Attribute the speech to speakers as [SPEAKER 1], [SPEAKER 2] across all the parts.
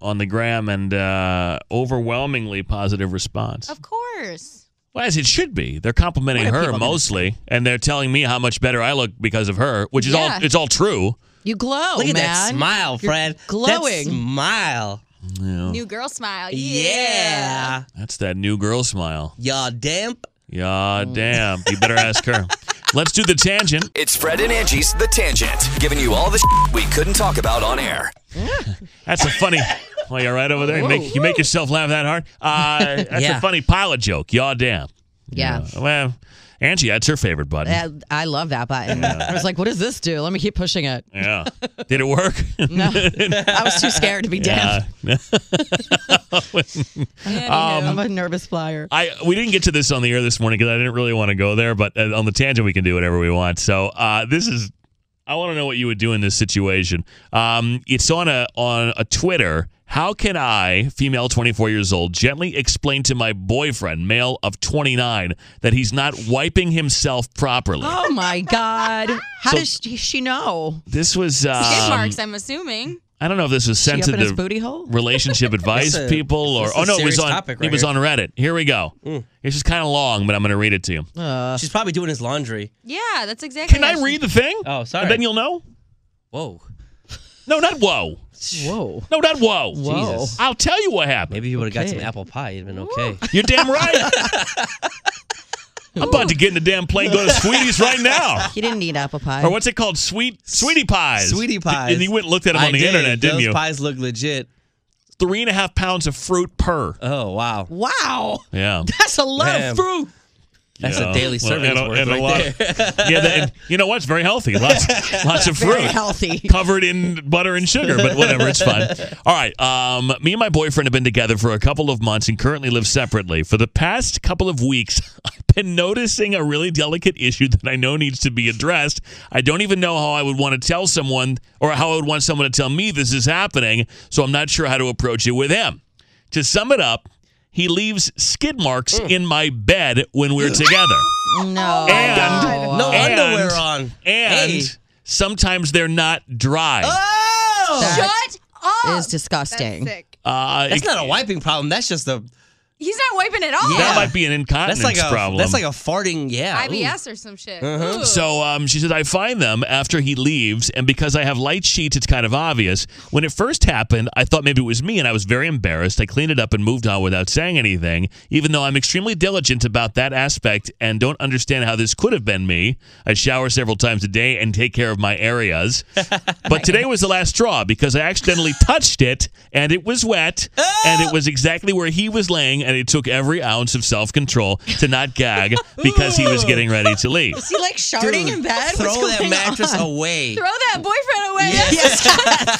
[SPEAKER 1] on the gram and uh, overwhelmingly positive response.
[SPEAKER 2] Of course.
[SPEAKER 1] Well, as it should be. They're complimenting
[SPEAKER 3] What are
[SPEAKER 1] her
[SPEAKER 3] people gonna-
[SPEAKER 1] mostly, and they're telling me how much better I look because of her, which is
[SPEAKER 2] Yeah.
[SPEAKER 1] all it's all true.
[SPEAKER 3] You glow,
[SPEAKER 4] Look
[SPEAKER 3] man.
[SPEAKER 4] at that smile,
[SPEAKER 3] You're
[SPEAKER 4] Fred. That
[SPEAKER 3] glowing.
[SPEAKER 4] smile.
[SPEAKER 2] New girl smile. Yeah.
[SPEAKER 4] Yeah.
[SPEAKER 1] That's that new girl smile.
[SPEAKER 4] Y'all damp.
[SPEAKER 1] Yeah, damn. You better ask her. Let's do the tangent.
[SPEAKER 5] It's Fred and Angie's The Tangent, giving you all the sh- we couldn't talk about on air.
[SPEAKER 1] That's a funny. Oh, you're right over there. You make, you make yourself laugh that hard. Uh, that's
[SPEAKER 3] Yeah.
[SPEAKER 1] a funny pilot joke. Yaw damn.
[SPEAKER 3] Yeah.
[SPEAKER 1] Uh, well, Angie, that's her favorite button. Yeah.
[SPEAKER 3] That- I love that button. I was like, what does this do? Let me keep pushing it.
[SPEAKER 1] Did it work? Uh,
[SPEAKER 3] No, I was too scared to be deaf. Um, I'm a nervous flyer.
[SPEAKER 1] I we didn't get to this on the air this morning because I didn't really want to go there, but uh, on the tangent we can do whatever we want. So uh, this is I want to know what you would do in this situation. Um, it's on a on a Twitter. How can I, female 24 years old, gently explain to my boyfriend, male of 29, that he's not wiping himself properly?
[SPEAKER 3] Oh my God. How
[SPEAKER 1] So-
[SPEAKER 3] does she, she know?
[SPEAKER 1] This was um,
[SPEAKER 2] Skid marks, I'm assuming.
[SPEAKER 1] I don't know if this was
[SPEAKER 3] She
[SPEAKER 1] sent
[SPEAKER 3] up
[SPEAKER 1] to
[SPEAKER 3] in his
[SPEAKER 1] the
[SPEAKER 3] booty hole?
[SPEAKER 1] relationship advice
[SPEAKER 4] That's a-
[SPEAKER 1] people or
[SPEAKER 4] that's a
[SPEAKER 1] oh no, it was
[SPEAKER 4] serious
[SPEAKER 1] on
[SPEAKER 4] topic
[SPEAKER 1] it
[SPEAKER 4] right
[SPEAKER 1] was
[SPEAKER 4] here. Mm.
[SPEAKER 1] on Reddit. Here we go. This is kind of long, but I'm going to read it to you.
[SPEAKER 4] She's probably doing his laundry.
[SPEAKER 2] Yeah, that's exactly.
[SPEAKER 1] Can I
[SPEAKER 2] how she-
[SPEAKER 1] read the thing?
[SPEAKER 4] Oh, sorry.
[SPEAKER 1] And then you'll know?
[SPEAKER 4] Whoa.
[SPEAKER 1] No, not whoa.
[SPEAKER 3] Whoa.
[SPEAKER 1] No, not whoa.
[SPEAKER 3] Whoa.
[SPEAKER 4] Jesus.
[SPEAKER 1] I'll tell you what happened.
[SPEAKER 4] Maybe you would have got some
[SPEAKER 3] Okay.
[SPEAKER 4] apple pie. It'd been okay.
[SPEAKER 1] You're damn right. I'm about to get in the damn plane, go to Sweetie's right now.
[SPEAKER 3] He didn't need apple pie.
[SPEAKER 4] Oh,
[SPEAKER 1] Or what's it called? Sweet Sweetie Pies.
[SPEAKER 4] Sweetie pies.
[SPEAKER 1] And you went and looked at them
[SPEAKER 4] I
[SPEAKER 1] on the
[SPEAKER 4] did.
[SPEAKER 1] internet, didn't
[SPEAKER 4] Those
[SPEAKER 1] you?
[SPEAKER 4] pies look legit.
[SPEAKER 1] Three and a half pounds of fruit per.
[SPEAKER 4] Oh, wow.
[SPEAKER 3] Wow.
[SPEAKER 1] Yeah.
[SPEAKER 3] That's a lot
[SPEAKER 4] Damn.
[SPEAKER 3] of fruit.
[SPEAKER 4] That's
[SPEAKER 1] Yeah.
[SPEAKER 4] a daily
[SPEAKER 1] Well,
[SPEAKER 4] serving
[SPEAKER 1] and a-
[SPEAKER 4] worth
[SPEAKER 1] and a
[SPEAKER 4] right
[SPEAKER 1] lot
[SPEAKER 4] there.
[SPEAKER 1] of- yeah, that, and you know what's very healthy. Lots, lots of fruit.
[SPEAKER 3] Very healthy.
[SPEAKER 1] covered in butter and sugar, but whatever, it's fine. All right. Um, me and my boyfriend have been together for a couple of months and currently live separately. For the past couple of weeks, I've been noticing a really delicate issue that I know needs to be addressed. I don't even know how I would want to tell someone or how I would want someone to tell me this is happening, so I'm not sure how to approach it with him. To sum it up, he leaves skid marks in my bed when we're together.
[SPEAKER 3] No.
[SPEAKER 1] And-
[SPEAKER 4] No
[SPEAKER 1] And-
[SPEAKER 4] underwear on.
[SPEAKER 1] And
[SPEAKER 4] Hey.
[SPEAKER 1] sometimes they're not dry.
[SPEAKER 4] Oh!
[SPEAKER 3] That
[SPEAKER 2] Shut up.
[SPEAKER 3] is disgusting.
[SPEAKER 2] Sick.
[SPEAKER 1] Uh,
[SPEAKER 4] That's
[SPEAKER 1] it-
[SPEAKER 4] not a wiping problem. That's just a
[SPEAKER 2] He's not wiping at all.
[SPEAKER 1] That might be an incontinence
[SPEAKER 4] That's like a
[SPEAKER 1] problem.
[SPEAKER 4] that's like a farting. Yeah. ooh.
[SPEAKER 2] IBS or some shit. Ooh.
[SPEAKER 1] So um, she said, I find them after he leaves, and because I have light sheets, it's kind of obvious. When it first happened, I thought maybe it was me, and I was very embarrassed. I cleaned it up and moved on without saying anything, even though I'm extremely diligent about that aspect and don't understand how this could have been me. I shower several times a day and take care of my areas. But today was the last straw because I accidentally touched it, and it was wet, and it was exactly where he was laying, and it took every ounce of self control to not gag because he was getting ready to leave.
[SPEAKER 3] Is he like sharding in bed?
[SPEAKER 4] Throw
[SPEAKER 3] What's
[SPEAKER 4] that
[SPEAKER 3] going
[SPEAKER 4] mattress
[SPEAKER 3] on?
[SPEAKER 4] away.
[SPEAKER 2] Throw that boyfriend away.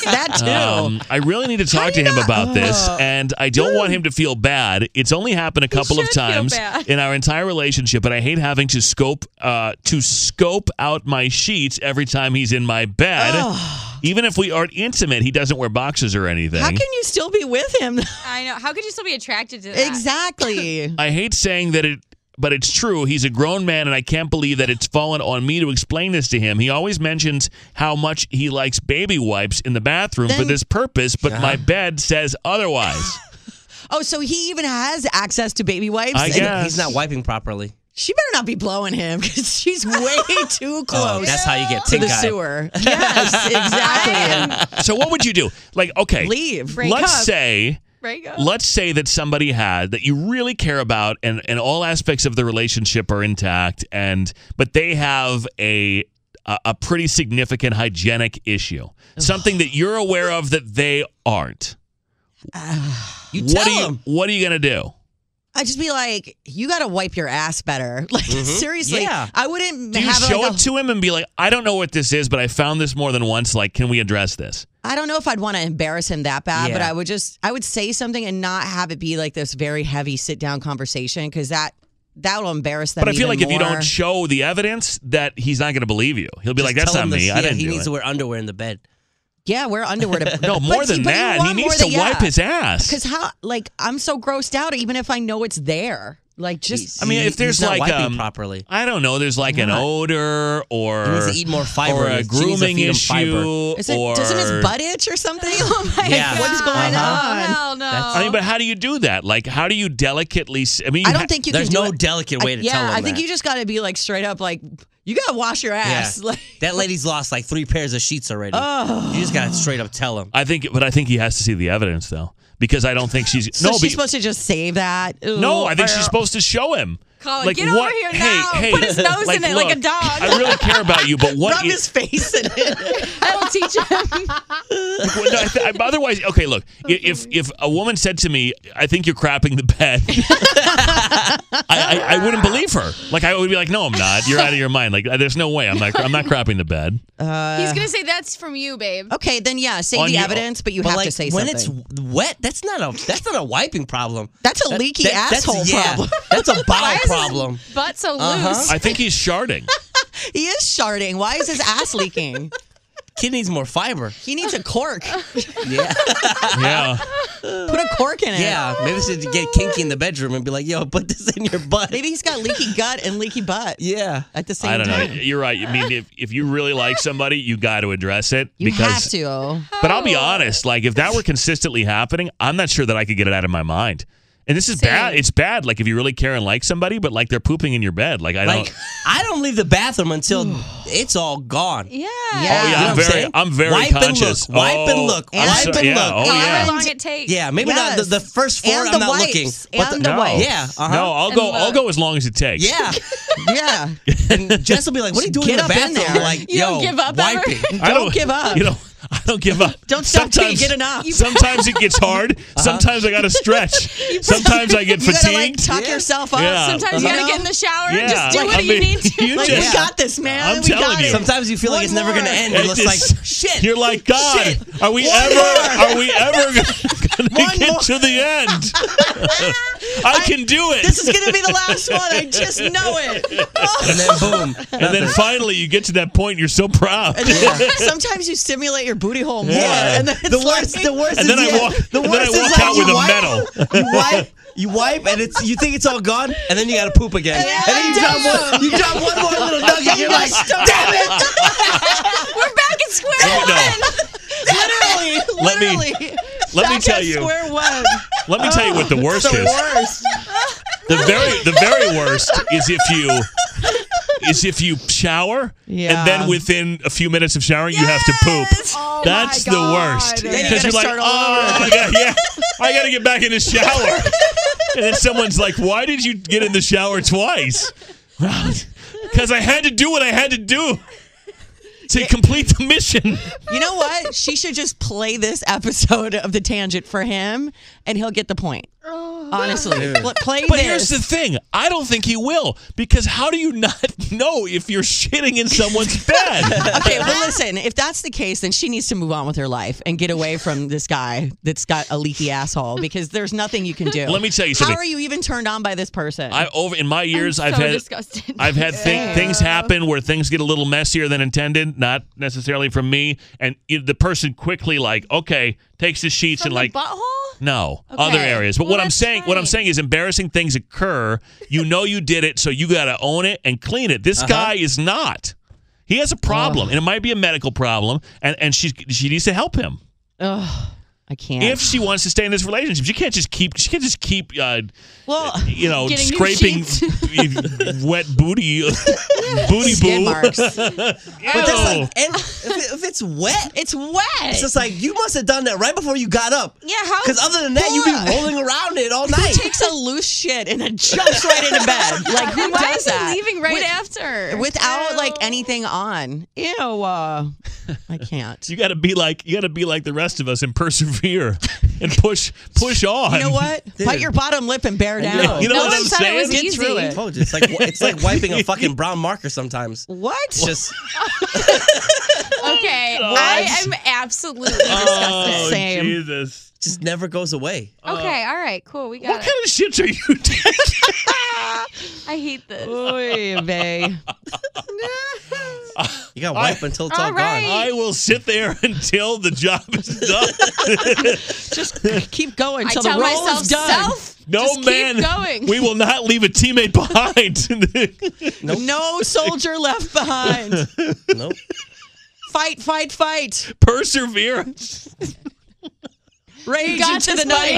[SPEAKER 3] that too.
[SPEAKER 1] Um, I really need to talk to him about this, and I don't want him to feel bad. It's only happened a couple of
[SPEAKER 2] should feel
[SPEAKER 1] times
[SPEAKER 2] bad.
[SPEAKER 1] in our entire relationship, but I hate having to scope uh, to scope out my sheets every time he's in my bed. Even if we aren't intimate, he doesn't wear boxes or anything.
[SPEAKER 3] How can you still be with him?
[SPEAKER 2] I know. How could you still be attracted to that?
[SPEAKER 3] exactly.
[SPEAKER 1] I hate saying that it but it's true. He's a grown man, and I can't believe that it's fallen on me to explain this to him. He always mentions how much he likes baby wipes in the bathroom for
[SPEAKER 3] Then-
[SPEAKER 1] this purpose, but my
[SPEAKER 4] Uh-huh.
[SPEAKER 1] bed says otherwise.
[SPEAKER 3] Oh, so he even has access to baby wipes.
[SPEAKER 1] I
[SPEAKER 3] And
[SPEAKER 1] guess
[SPEAKER 4] He's not wiping properly.
[SPEAKER 3] She better not be blowing him because she's way too
[SPEAKER 4] Oh,
[SPEAKER 3] close
[SPEAKER 4] that's how you get
[SPEAKER 3] to
[SPEAKER 4] pink
[SPEAKER 3] the
[SPEAKER 4] eye.
[SPEAKER 3] sewer. Yes, exactly.
[SPEAKER 1] So what would you do? Like, okay,
[SPEAKER 3] Leave.
[SPEAKER 2] Break
[SPEAKER 1] let's
[SPEAKER 2] up.
[SPEAKER 1] say
[SPEAKER 2] Break up.
[SPEAKER 1] let's say that somebody had that you really care about and and all aspects of the relationship are intact and but they have a a, a pretty significant hygienic issue. Something that you're aware of that they aren't.
[SPEAKER 4] You
[SPEAKER 1] what
[SPEAKER 4] tell
[SPEAKER 1] do you
[SPEAKER 4] him.
[SPEAKER 1] what are you going to do?
[SPEAKER 3] I'd just be like, you got to wipe your ass better. Like seriously,
[SPEAKER 4] Mm-hmm. Yeah.
[SPEAKER 3] I wouldn't
[SPEAKER 1] Do you
[SPEAKER 3] have
[SPEAKER 1] show
[SPEAKER 3] like a-
[SPEAKER 1] it to him and be like, "I don't know what this is, but I found this more than once. Like, can we address this?"
[SPEAKER 3] I don't know if I'd want to embarrass him that bad, but
[SPEAKER 4] Yeah.
[SPEAKER 3] I would just I would say something and not have it be like this very heavy sit down conversation because that that will embarrass them.
[SPEAKER 1] But I feel
[SPEAKER 3] even
[SPEAKER 1] like if you
[SPEAKER 3] more.
[SPEAKER 1] don't show the evidence, that he's not going to believe you. He'll be
[SPEAKER 4] Just
[SPEAKER 1] like, "That's
[SPEAKER 4] tell
[SPEAKER 1] not
[SPEAKER 4] him
[SPEAKER 1] me.
[SPEAKER 4] this.
[SPEAKER 1] I
[SPEAKER 4] Yeah,
[SPEAKER 1] didn't
[SPEAKER 4] He
[SPEAKER 1] do
[SPEAKER 4] needs
[SPEAKER 1] it."
[SPEAKER 4] to wear underwear in the bed.
[SPEAKER 3] yeah, wear underwear. To,
[SPEAKER 1] No, more than that, he needs to wipe his ass.
[SPEAKER 3] Because how? Like I'm so grossed out, even if I know it's there. Like just
[SPEAKER 1] I mean,
[SPEAKER 4] He-
[SPEAKER 1] if there's
[SPEAKER 4] he's not
[SPEAKER 1] like
[SPEAKER 4] wiping
[SPEAKER 1] um,
[SPEAKER 4] properly.
[SPEAKER 1] I don't know. There's like an odor or
[SPEAKER 4] He needs to eat more fiber.
[SPEAKER 1] or
[SPEAKER 4] She
[SPEAKER 1] a
[SPEAKER 4] needs to feed him
[SPEAKER 1] grooming
[SPEAKER 4] fiber.
[SPEAKER 1] issue.
[SPEAKER 3] is it,
[SPEAKER 1] or Uh-huh.
[SPEAKER 3] doesn't his butt itch or something? Oh my
[SPEAKER 4] Yeah.
[SPEAKER 3] god, what's going
[SPEAKER 2] Oh,
[SPEAKER 3] on?
[SPEAKER 2] hell no.
[SPEAKER 4] That's-
[SPEAKER 1] I mean, but how do you do that? Like, how do you delicately? s- I mean,
[SPEAKER 3] I
[SPEAKER 1] you
[SPEAKER 3] don't
[SPEAKER 1] ha-
[SPEAKER 3] think you
[SPEAKER 4] There's
[SPEAKER 3] can. do
[SPEAKER 4] no
[SPEAKER 3] it.
[SPEAKER 4] delicate way to
[SPEAKER 3] I, yeah,
[SPEAKER 4] tell him
[SPEAKER 3] I think
[SPEAKER 4] that.
[SPEAKER 3] you just got to be like straight up, like you got to wash your ass.
[SPEAKER 4] Yeah.
[SPEAKER 3] Like
[SPEAKER 4] That lady's lost like three pairs of sheets already. You just gotta straight up tell him.
[SPEAKER 1] I think, but I think he has to see the evidence though, because I don't think she's
[SPEAKER 3] so
[SPEAKER 1] no.
[SPEAKER 3] she's
[SPEAKER 1] be-
[SPEAKER 3] supposed to just save that. Ooh,
[SPEAKER 1] no, I think she's
[SPEAKER 3] or-
[SPEAKER 1] supposed to show him.
[SPEAKER 2] Colin, get over here now. Put his nose in it
[SPEAKER 1] like,
[SPEAKER 2] like a
[SPEAKER 1] look,
[SPEAKER 2] dog.
[SPEAKER 1] I really care about you, but what?
[SPEAKER 3] rub
[SPEAKER 1] is-
[SPEAKER 3] his face in it.
[SPEAKER 2] That'll teach him.
[SPEAKER 1] Well, no, I th- I- otherwise, okay. Look, i- if if a woman said to me, "I think you're crapping the bed," I, I, I wouldn't believe her. Like I would be like, "No, I'm not. You're out of your mind. Like there's no way. I'm not. I'm not crapping the bed."
[SPEAKER 2] He's gonna say that's from you, babe.
[SPEAKER 3] Okay, then yeah, save
[SPEAKER 1] On
[SPEAKER 3] the
[SPEAKER 1] you-
[SPEAKER 3] evidence, but you
[SPEAKER 4] But
[SPEAKER 3] have
[SPEAKER 4] like
[SPEAKER 3] to say
[SPEAKER 4] when
[SPEAKER 3] something.
[SPEAKER 4] it's wet, that's not a that's not a wiping problem.
[SPEAKER 3] that's a leaky
[SPEAKER 4] That- that's-
[SPEAKER 3] asshole
[SPEAKER 4] yeah,
[SPEAKER 3] problem.
[SPEAKER 4] That's a
[SPEAKER 2] Why
[SPEAKER 4] bowel
[SPEAKER 2] is his
[SPEAKER 4] problem.
[SPEAKER 2] Butt so loose.
[SPEAKER 1] I think he's sharding.
[SPEAKER 3] he is sharding. Why is his ass leaking?
[SPEAKER 4] Kid needs more fiber.
[SPEAKER 3] He needs a cork.
[SPEAKER 4] Yeah,
[SPEAKER 1] Yeah.
[SPEAKER 3] Put a cork in it.
[SPEAKER 4] yeah. Maybe we should get kinky in the bedroom and be like, "Yo, put this in your butt."
[SPEAKER 3] Maybe he's got leaky gut and leaky butt
[SPEAKER 4] Yeah.
[SPEAKER 3] at the same
[SPEAKER 1] I don't know.
[SPEAKER 3] time.
[SPEAKER 1] You're right. I mean, if, if you really like somebody, you got to address it
[SPEAKER 3] You have
[SPEAKER 1] because.
[SPEAKER 4] Oh,
[SPEAKER 3] to.
[SPEAKER 1] But I'll be honest. Like if that were consistently happening, I'm not sure that I could get it out of my mind. And this is bad. It's bad. Like if you really care and like somebody, but like they're pooping in your bed. Like I
[SPEAKER 4] Like
[SPEAKER 1] don't.
[SPEAKER 4] I don't leave the bathroom until it's all gone.
[SPEAKER 2] yeah.
[SPEAKER 3] Yeah.
[SPEAKER 1] Oh yeah,
[SPEAKER 4] You know
[SPEAKER 1] I'm
[SPEAKER 4] what I'm
[SPEAKER 1] very,
[SPEAKER 4] saying?
[SPEAKER 1] I'm, very
[SPEAKER 4] Wipe and
[SPEAKER 1] conscious.
[SPEAKER 4] look, wipe and
[SPEAKER 1] Oh,
[SPEAKER 4] look,
[SPEAKER 1] I'm
[SPEAKER 3] wipe
[SPEAKER 1] so-
[SPEAKER 4] and
[SPEAKER 1] yeah,
[SPEAKER 4] look.
[SPEAKER 1] Oh
[SPEAKER 2] However
[SPEAKER 1] yeah.
[SPEAKER 2] long it takes.
[SPEAKER 4] Yeah, maybe not
[SPEAKER 3] Yes.
[SPEAKER 4] the, the first four.
[SPEAKER 3] And
[SPEAKER 4] I'm
[SPEAKER 3] the
[SPEAKER 4] not
[SPEAKER 3] wipes.
[SPEAKER 4] looking.
[SPEAKER 3] And the wipes.
[SPEAKER 4] Yeah, uh-huh.
[SPEAKER 1] No, I'll
[SPEAKER 2] And
[SPEAKER 1] go. I'll
[SPEAKER 2] look.
[SPEAKER 1] go as long as it takes.
[SPEAKER 4] Yeah.
[SPEAKER 3] Yeah.
[SPEAKER 4] And Jess will be like, "What are you doing
[SPEAKER 3] Get
[SPEAKER 4] in the
[SPEAKER 3] up in
[SPEAKER 4] bathroom?"
[SPEAKER 3] there.
[SPEAKER 4] Like,
[SPEAKER 2] You
[SPEAKER 4] yo,
[SPEAKER 2] don't give up ever?
[SPEAKER 4] wiping.
[SPEAKER 1] I
[SPEAKER 3] Don't give up.
[SPEAKER 1] You know, I don't give up.
[SPEAKER 3] Don't stop till you get enough.
[SPEAKER 1] Sometimes it gets hard. Sometimes I got to stretch. Sometimes I get
[SPEAKER 3] You gotta like
[SPEAKER 1] fatigued.
[SPEAKER 3] tuck yourself up.
[SPEAKER 1] Yeah.
[SPEAKER 2] Sometimes you
[SPEAKER 4] Uh-huh.
[SPEAKER 2] gotta get in the shower
[SPEAKER 1] yeah,
[SPEAKER 2] and just do
[SPEAKER 1] I
[SPEAKER 2] what you
[SPEAKER 1] mean,
[SPEAKER 2] need to.
[SPEAKER 1] You
[SPEAKER 3] Like
[SPEAKER 1] just,
[SPEAKER 3] we got this, man.
[SPEAKER 1] I'm
[SPEAKER 3] we
[SPEAKER 1] telling
[SPEAKER 3] got
[SPEAKER 1] you.
[SPEAKER 3] it.
[SPEAKER 4] Sometimes you feel like
[SPEAKER 3] One
[SPEAKER 4] it's never
[SPEAKER 3] more.
[SPEAKER 4] gonna end.
[SPEAKER 1] it
[SPEAKER 4] You're just
[SPEAKER 1] just-
[SPEAKER 4] like, "Shit."
[SPEAKER 1] You're like God.
[SPEAKER 4] Shit.
[SPEAKER 1] Are we ever? Are we ever gonna get to the end? I can do it.
[SPEAKER 3] This is gonna be the last one. I just know it.
[SPEAKER 4] and then boom.
[SPEAKER 1] and then finally, you get to that point. You're so proud.
[SPEAKER 3] And then sometimes you stimulate your booty hole more.
[SPEAKER 1] Yeah.
[SPEAKER 3] And then it's
[SPEAKER 4] the
[SPEAKER 3] like-
[SPEAKER 4] worst. the worst. is
[SPEAKER 1] And then I
[SPEAKER 4] yet-
[SPEAKER 1] walk-
[SPEAKER 4] The
[SPEAKER 1] and then
[SPEAKER 4] worst
[SPEAKER 1] I
[SPEAKER 4] is
[SPEAKER 1] walk
[SPEAKER 4] like
[SPEAKER 1] out
[SPEAKER 4] you
[SPEAKER 1] with a
[SPEAKER 4] wipe-
[SPEAKER 1] medal.
[SPEAKER 4] You wipe. You wipe, and it's you think it's all gone, and then you gotta poop again.
[SPEAKER 3] Yeah,
[SPEAKER 4] and then you
[SPEAKER 3] damn.
[SPEAKER 4] drop one. You drop one more little nugget. You're like, damn it.
[SPEAKER 2] We're back at square
[SPEAKER 1] No.
[SPEAKER 2] one.
[SPEAKER 3] literally,
[SPEAKER 1] Let me-
[SPEAKER 3] literally.
[SPEAKER 1] Let me
[SPEAKER 3] back
[SPEAKER 1] tell
[SPEAKER 3] at
[SPEAKER 1] you.
[SPEAKER 3] Square one.
[SPEAKER 1] Let me tell you what the worst
[SPEAKER 4] Oh.
[SPEAKER 6] the
[SPEAKER 1] is.
[SPEAKER 6] Worst.
[SPEAKER 1] The very the very worst is if you is if you shower
[SPEAKER 6] Yeah.
[SPEAKER 1] and then within a few minutes of showering you have to poop.
[SPEAKER 6] Oh
[SPEAKER 1] That's
[SPEAKER 6] my
[SPEAKER 1] the
[SPEAKER 6] God.
[SPEAKER 1] worst.
[SPEAKER 6] Then you gotta
[SPEAKER 1] you're like,
[SPEAKER 6] start all
[SPEAKER 1] oh,
[SPEAKER 6] over."
[SPEAKER 1] I gotta, yeah, I got to get back in the shower. And then someone's like, why did you get in the shower twice? Because I had to do what I had to do to complete the mission.
[SPEAKER 3] You know what? She should just play this episode of The Tangent for him, and he'll get the point. Honestly. Pl- Play
[SPEAKER 1] but
[SPEAKER 3] this.
[SPEAKER 1] here's the thing i don't think he will because how do you not know if you're shitting in someone's bed
[SPEAKER 3] okay, well, listen, if that's the case, then she needs to move on with her life and get away from this guy that's got a leaky asshole because there's nothing you can do.
[SPEAKER 1] Let me tell you something.
[SPEAKER 3] How are you even turned on by this person?
[SPEAKER 1] I over in my years
[SPEAKER 3] I'm
[SPEAKER 1] I've
[SPEAKER 3] so
[SPEAKER 1] had
[SPEAKER 3] disgusted.
[SPEAKER 1] I've had thi-
[SPEAKER 3] Yeah.
[SPEAKER 1] things happen where things get a little messier than intended, not necessarily from me, and i- the person quickly like okay takes the sheets and like no other
[SPEAKER 6] Okay.
[SPEAKER 1] areas. But what I'm saying what I'm saying is embarrassing things occur. You know you did it, so you got to own it and clean it. This
[SPEAKER 6] Uh-huh.
[SPEAKER 1] guy is not. He has a problem, and it might be a medical problem, and and she she needs to help him.
[SPEAKER 3] Ugh, I can't.
[SPEAKER 1] If she wants to stay in this relationship, she can't just keep. She can't just keep. Uh,
[SPEAKER 3] well,
[SPEAKER 1] you know,
[SPEAKER 3] Getting new
[SPEAKER 1] scraping wet booty, booty
[SPEAKER 3] Skin
[SPEAKER 1] boo.
[SPEAKER 3] marks.
[SPEAKER 4] But that's
[SPEAKER 1] Ew.
[SPEAKER 4] like, and if, it- if it's wet,
[SPEAKER 3] it's wet.
[SPEAKER 4] It's just like you must have done that right before you got up.
[SPEAKER 3] Yeah, how?
[SPEAKER 4] Because other than that, you'd be rolling around it all night.
[SPEAKER 3] Who takes a loose shit and then jumps right into bed? Like who
[SPEAKER 2] Why
[SPEAKER 3] does
[SPEAKER 2] is he
[SPEAKER 3] that?
[SPEAKER 2] leaving right after?
[SPEAKER 3] without like anything on. Ew. Uh, I can't.
[SPEAKER 1] You got to be like you got to be like the rest of us and persevere and push push on.
[SPEAKER 3] you know what? Bite your bottom lip and bear down.
[SPEAKER 1] You know No what one I'm said it saying? was
[SPEAKER 3] Get
[SPEAKER 1] easy.
[SPEAKER 3] through
[SPEAKER 4] I
[SPEAKER 3] it.
[SPEAKER 4] told you, it's like it's like wiping a fucking brown marker sometimes.
[SPEAKER 3] What?
[SPEAKER 4] It's just
[SPEAKER 2] Okay, I am absolutely disgusted.
[SPEAKER 1] Oh, Jesus.
[SPEAKER 4] Just never goes away.
[SPEAKER 2] Okay, all right, cool. We got
[SPEAKER 1] Uh, What
[SPEAKER 2] it.
[SPEAKER 1] kind of shits are you taking?
[SPEAKER 2] I hate this.
[SPEAKER 3] Oy vey.
[SPEAKER 4] You got wipe until it's all,
[SPEAKER 2] All right.
[SPEAKER 4] gone.
[SPEAKER 1] I will sit there until the job is done.
[SPEAKER 3] Just keep going
[SPEAKER 2] I
[SPEAKER 3] till the
[SPEAKER 2] tell
[SPEAKER 3] roll
[SPEAKER 2] myself
[SPEAKER 3] is done.
[SPEAKER 2] self.
[SPEAKER 1] No
[SPEAKER 2] Just keep
[SPEAKER 1] man,
[SPEAKER 2] going.
[SPEAKER 1] we will not leave a teammate behind.
[SPEAKER 3] No soldier left behind.
[SPEAKER 4] Nope.
[SPEAKER 3] fight, fight, fight.
[SPEAKER 1] Perseverance.
[SPEAKER 3] Rage
[SPEAKER 2] got
[SPEAKER 3] into
[SPEAKER 2] this,
[SPEAKER 3] the night.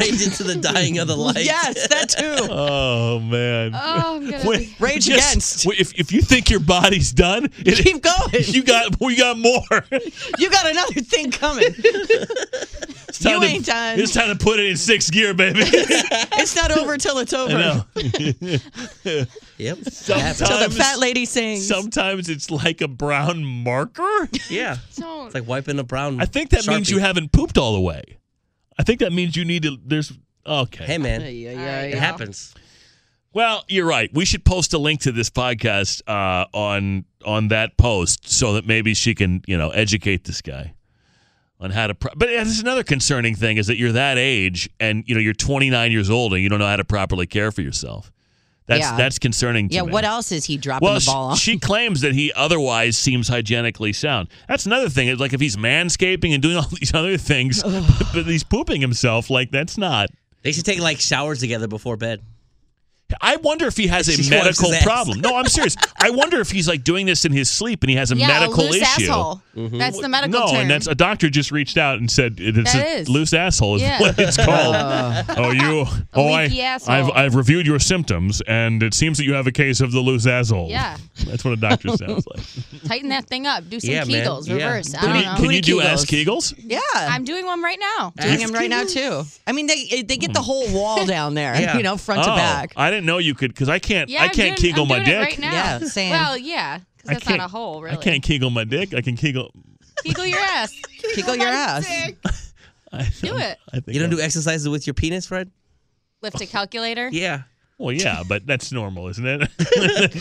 [SPEAKER 2] buddy.
[SPEAKER 4] Rage into the dying of the light.
[SPEAKER 3] Yes, that too.
[SPEAKER 1] Oh man.
[SPEAKER 2] Oh, I'm gonna
[SPEAKER 1] When-
[SPEAKER 2] be-
[SPEAKER 3] Rage
[SPEAKER 1] just-
[SPEAKER 3] against.
[SPEAKER 1] w- If, if you think your body's done, it-
[SPEAKER 3] Keep going.
[SPEAKER 1] you got we got more.
[SPEAKER 3] You got another thing coming.
[SPEAKER 1] It's
[SPEAKER 3] You
[SPEAKER 1] time to-
[SPEAKER 3] ain't done.
[SPEAKER 1] It's time to put it in sixth gear, baby.
[SPEAKER 3] It's not over till it's
[SPEAKER 1] I
[SPEAKER 3] over.
[SPEAKER 1] know.
[SPEAKER 4] Yep.
[SPEAKER 3] Till the
[SPEAKER 1] Sometimes,
[SPEAKER 3] fat lady sings.
[SPEAKER 1] sometimes it's like a brown marker.
[SPEAKER 4] Yeah.
[SPEAKER 2] Don't.
[SPEAKER 4] It's like wiping a brown.
[SPEAKER 1] I think that means
[SPEAKER 4] Sharpie.
[SPEAKER 1] you haven't pooped all the way. I think that means you need to. There's okay.
[SPEAKER 4] Hey man,
[SPEAKER 3] yeah,
[SPEAKER 4] it happens.
[SPEAKER 1] Well, you're right. We should post a link to this podcast uh, on on that post so that maybe she can, you know, educate this guy on how to. Pro- but yeah, this is another concerning thing is that you're that age and you know you're 29 years old and you don't know how to properly care for yourself. That's
[SPEAKER 3] Yeah.
[SPEAKER 1] that's concerning. To
[SPEAKER 3] Yeah,
[SPEAKER 1] me.
[SPEAKER 3] what else is he dropping
[SPEAKER 1] Well,
[SPEAKER 3] the ball on?
[SPEAKER 1] she, she claims that he otherwise seems hygienically sound. That's another thing. It's like if he's manscaping and doing all these other things, but, but he's pooping himself. Like that's not.
[SPEAKER 4] They should take like showers together before bed.
[SPEAKER 1] I wonder if he has a
[SPEAKER 4] She wipes
[SPEAKER 1] medical
[SPEAKER 4] his ass.
[SPEAKER 1] problem. No, I'm serious. I wonder if he's like doing this in his sleep and he has a
[SPEAKER 2] yeah,
[SPEAKER 1] medical
[SPEAKER 2] loose
[SPEAKER 1] issue. Mm-hmm.
[SPEAKER 2] asshole. That's the medical
[SPEAKER 1] no,
[SPEAKER 2] term.
[SPEAKER 1] and that's a doctor just reached out and said it's
[SPEAKER 2] That
[SPEAKER 1] a
[SPEAKER 2] is.
[SPEAKER 1] loose asshole is
[SPEAKER 2] Yeah.
[SPEAKER 1] what it's called. oh, you, oh, I,
[SPEAKER 2] leaky asshole.
[SPEAKER 1] I've I've reviewed your symptoms and it seems that you have a case of the loose asshole.
[SPEAKER 2] Yeah.
[SPEAKER 1] that's what a doctor sounds like.
[SPEAKER 2] Tighten that thing up. Do some
[SPEAKER 4] Yeah, man.
[SPEAKER 2] Kegels.
[SPEAKER 4] Yeah.
[SPEAKER 2] Reverse. I
[SPEAKER 1] Can
[SPEAKER 2] don't
[SPEAKER 1] you,
[SPEAKER 2] know.
[SPEAKER 1] can you do
[SPEAKER 3] Kegels.
[SPEAKER 1] ass Kegels?
[SPEAKER 3] yeah.
[SPEAKER 2] I'm doing one right now.
[SPEAKER 3] doing him right now too. I mean, they they get the whole wall down there,
[SPEAKER 4] Mm. Yeah.
[SPEAKER 3] you know, front to
[SPEAKER 1] Oh,
[SPEAKER 3] back.
[SPEAKER 1] I didn't know you could because I can't.
[SPEAKER 2] Yeah,
[SPEAKER 1] I
[SPEAKER 2] I'm
[SPEAKER 1] can't
[SPEAKER 2] doing,
[SPEAKER 1] Kegel
[SPEAKER 2] I'm
[SPEAKER 1] my
[SPEAKER 2] doing
[SPEAKER 1] dick.
[SPEAKER 2] It right now.
[SPEAKER 3] Yeah, same.
[SPEAKER 2] Well, yeah,
[SPEAKER 1] I
[SPEAKER 2] because that's not a
[SPEAKER 1] can't-
[SPEAKER 2] hole,
[SPEAKER 1] I
[SPEAKER 2] really.
[SPEAKER 1] can't Kegel my dick. I can Kegel.
[SPEAKER 2] Kegel your ass.
[SPEAKER 3] Kegel your ass.
[SPEAKER 1] I,
[SPEAKER 2] Do it.
[SPEAKER 1] I think
[SPEAKER 4] You don't
[SPEAKER 1] I'm-
[SPEAKER 4] do exercises with your penis, Fred?
[SPEAKER 2] Lift a calculator.
[SPEAKER 4] Yeah.
[SPEAKER 1] Well, yeah, but that's normal, isn't it?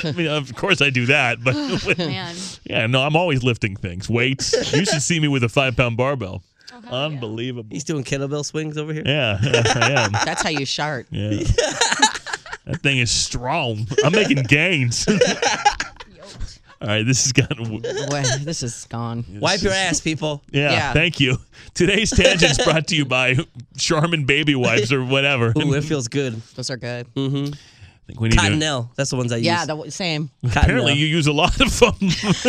[SPEAKER 1] I mean, of course I do that, but
[SPEAKER 2] Man.
[SPEAKER 1] yeah, no, I'm always lifting things, weights. You should see me with a five pound barbell. Unbelievable.
[SPEAKER 4] He's doing kettlebell swings over here.
[SPEAKER 1] Yeah, I am.
[SPEAKER 3] That's how you shart.
[SPEAKER 1] Yeah. that thing is strong. I'm making gains. All right, this has gotten. w-
[SPEAKER 3] Boy, this is gone.
[SPEAKER 4] Wipe your ass, people.
[SPEAKER 1] Yeah,
[SPEAKER 3] Yeah.
[SPEAKER 1] thank you. Today's tangent's brought to you by Charmin baby wipes or whatever.
[SPEAKER 4] Ooh,
[SPEAKER 1] I
[SPEAKER 4] it feels good.
[SPEAKER 3] Those are good.
[SPEAKER 4] Mm.
[SPEAKER 1] think we need to-
[SPEAKER 4] Cottonelle. That's the ones I
[SPEAKER 3] Yeah,
[SPEAKER 4] use.
[SPEAKER 3] the same.
[SPEAKER 4] Cottonelle.
[SPEAKER 1] Apparently, you use a lot of them.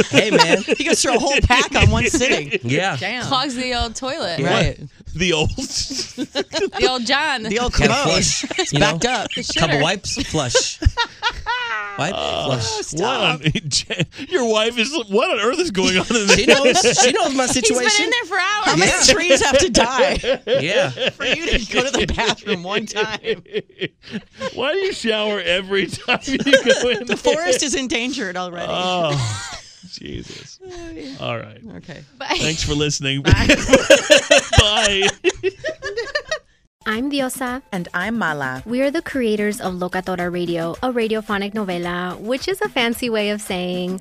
[SPEAKER 4] Hey man.
[SPEAKER 3] You can throw a whole pack on one sitting.
[SPEAKER 4] Yeah.
[SPEAKER 3] Damn.
[SPEAKER 2] Clogs the old toilet.
[SPEAKER 3] Right.
[SPEAKER 1] The old
[SPEAKER 7] the old John.
[SPEAKER 8] The old
[SPEAKER 9] Can't flush.
[SPEAKER 8] It's
[SPEAKER 9] you
[SPEAKER 8] backed
[SPEAKER 9] know?
[SPEAKER 8] up.
[SPEAKER 7] The shitter.
[SPEAKER 9] Couple wipes, flush. Wipe, flush.
[SPEAKER 1] What on, your wife is. What on earth is going on in there?
[SPEAKER 9] She knows. She knows my
[SPEAKER 7] He's been
[SPEAKER 9] situation.
[SPEAKER 7] in there for hours.
[SPEAKER 8] How many trees have to die
[SPEAKER 9] Yeah.
[SPEAKER 8] for you to go to the bathroom one time?
[SPEAKER 1] Why do you shower every time you go in
[SPEAKER 8] The forest is endangered already.
[SPEAKER 1] Oh, Jesus. All right.
[SPEAKER 8] Oh, okay.
[SPEAKER 1] Thanks for listening. Bye.
[SPEAKER 10] I'm Diosa.
[SPEAKER 3] And I'm Mala.
[SPEAKER 10] We are the creators of Locatora Radio, a radiophonic novela, which is a fancy way of saying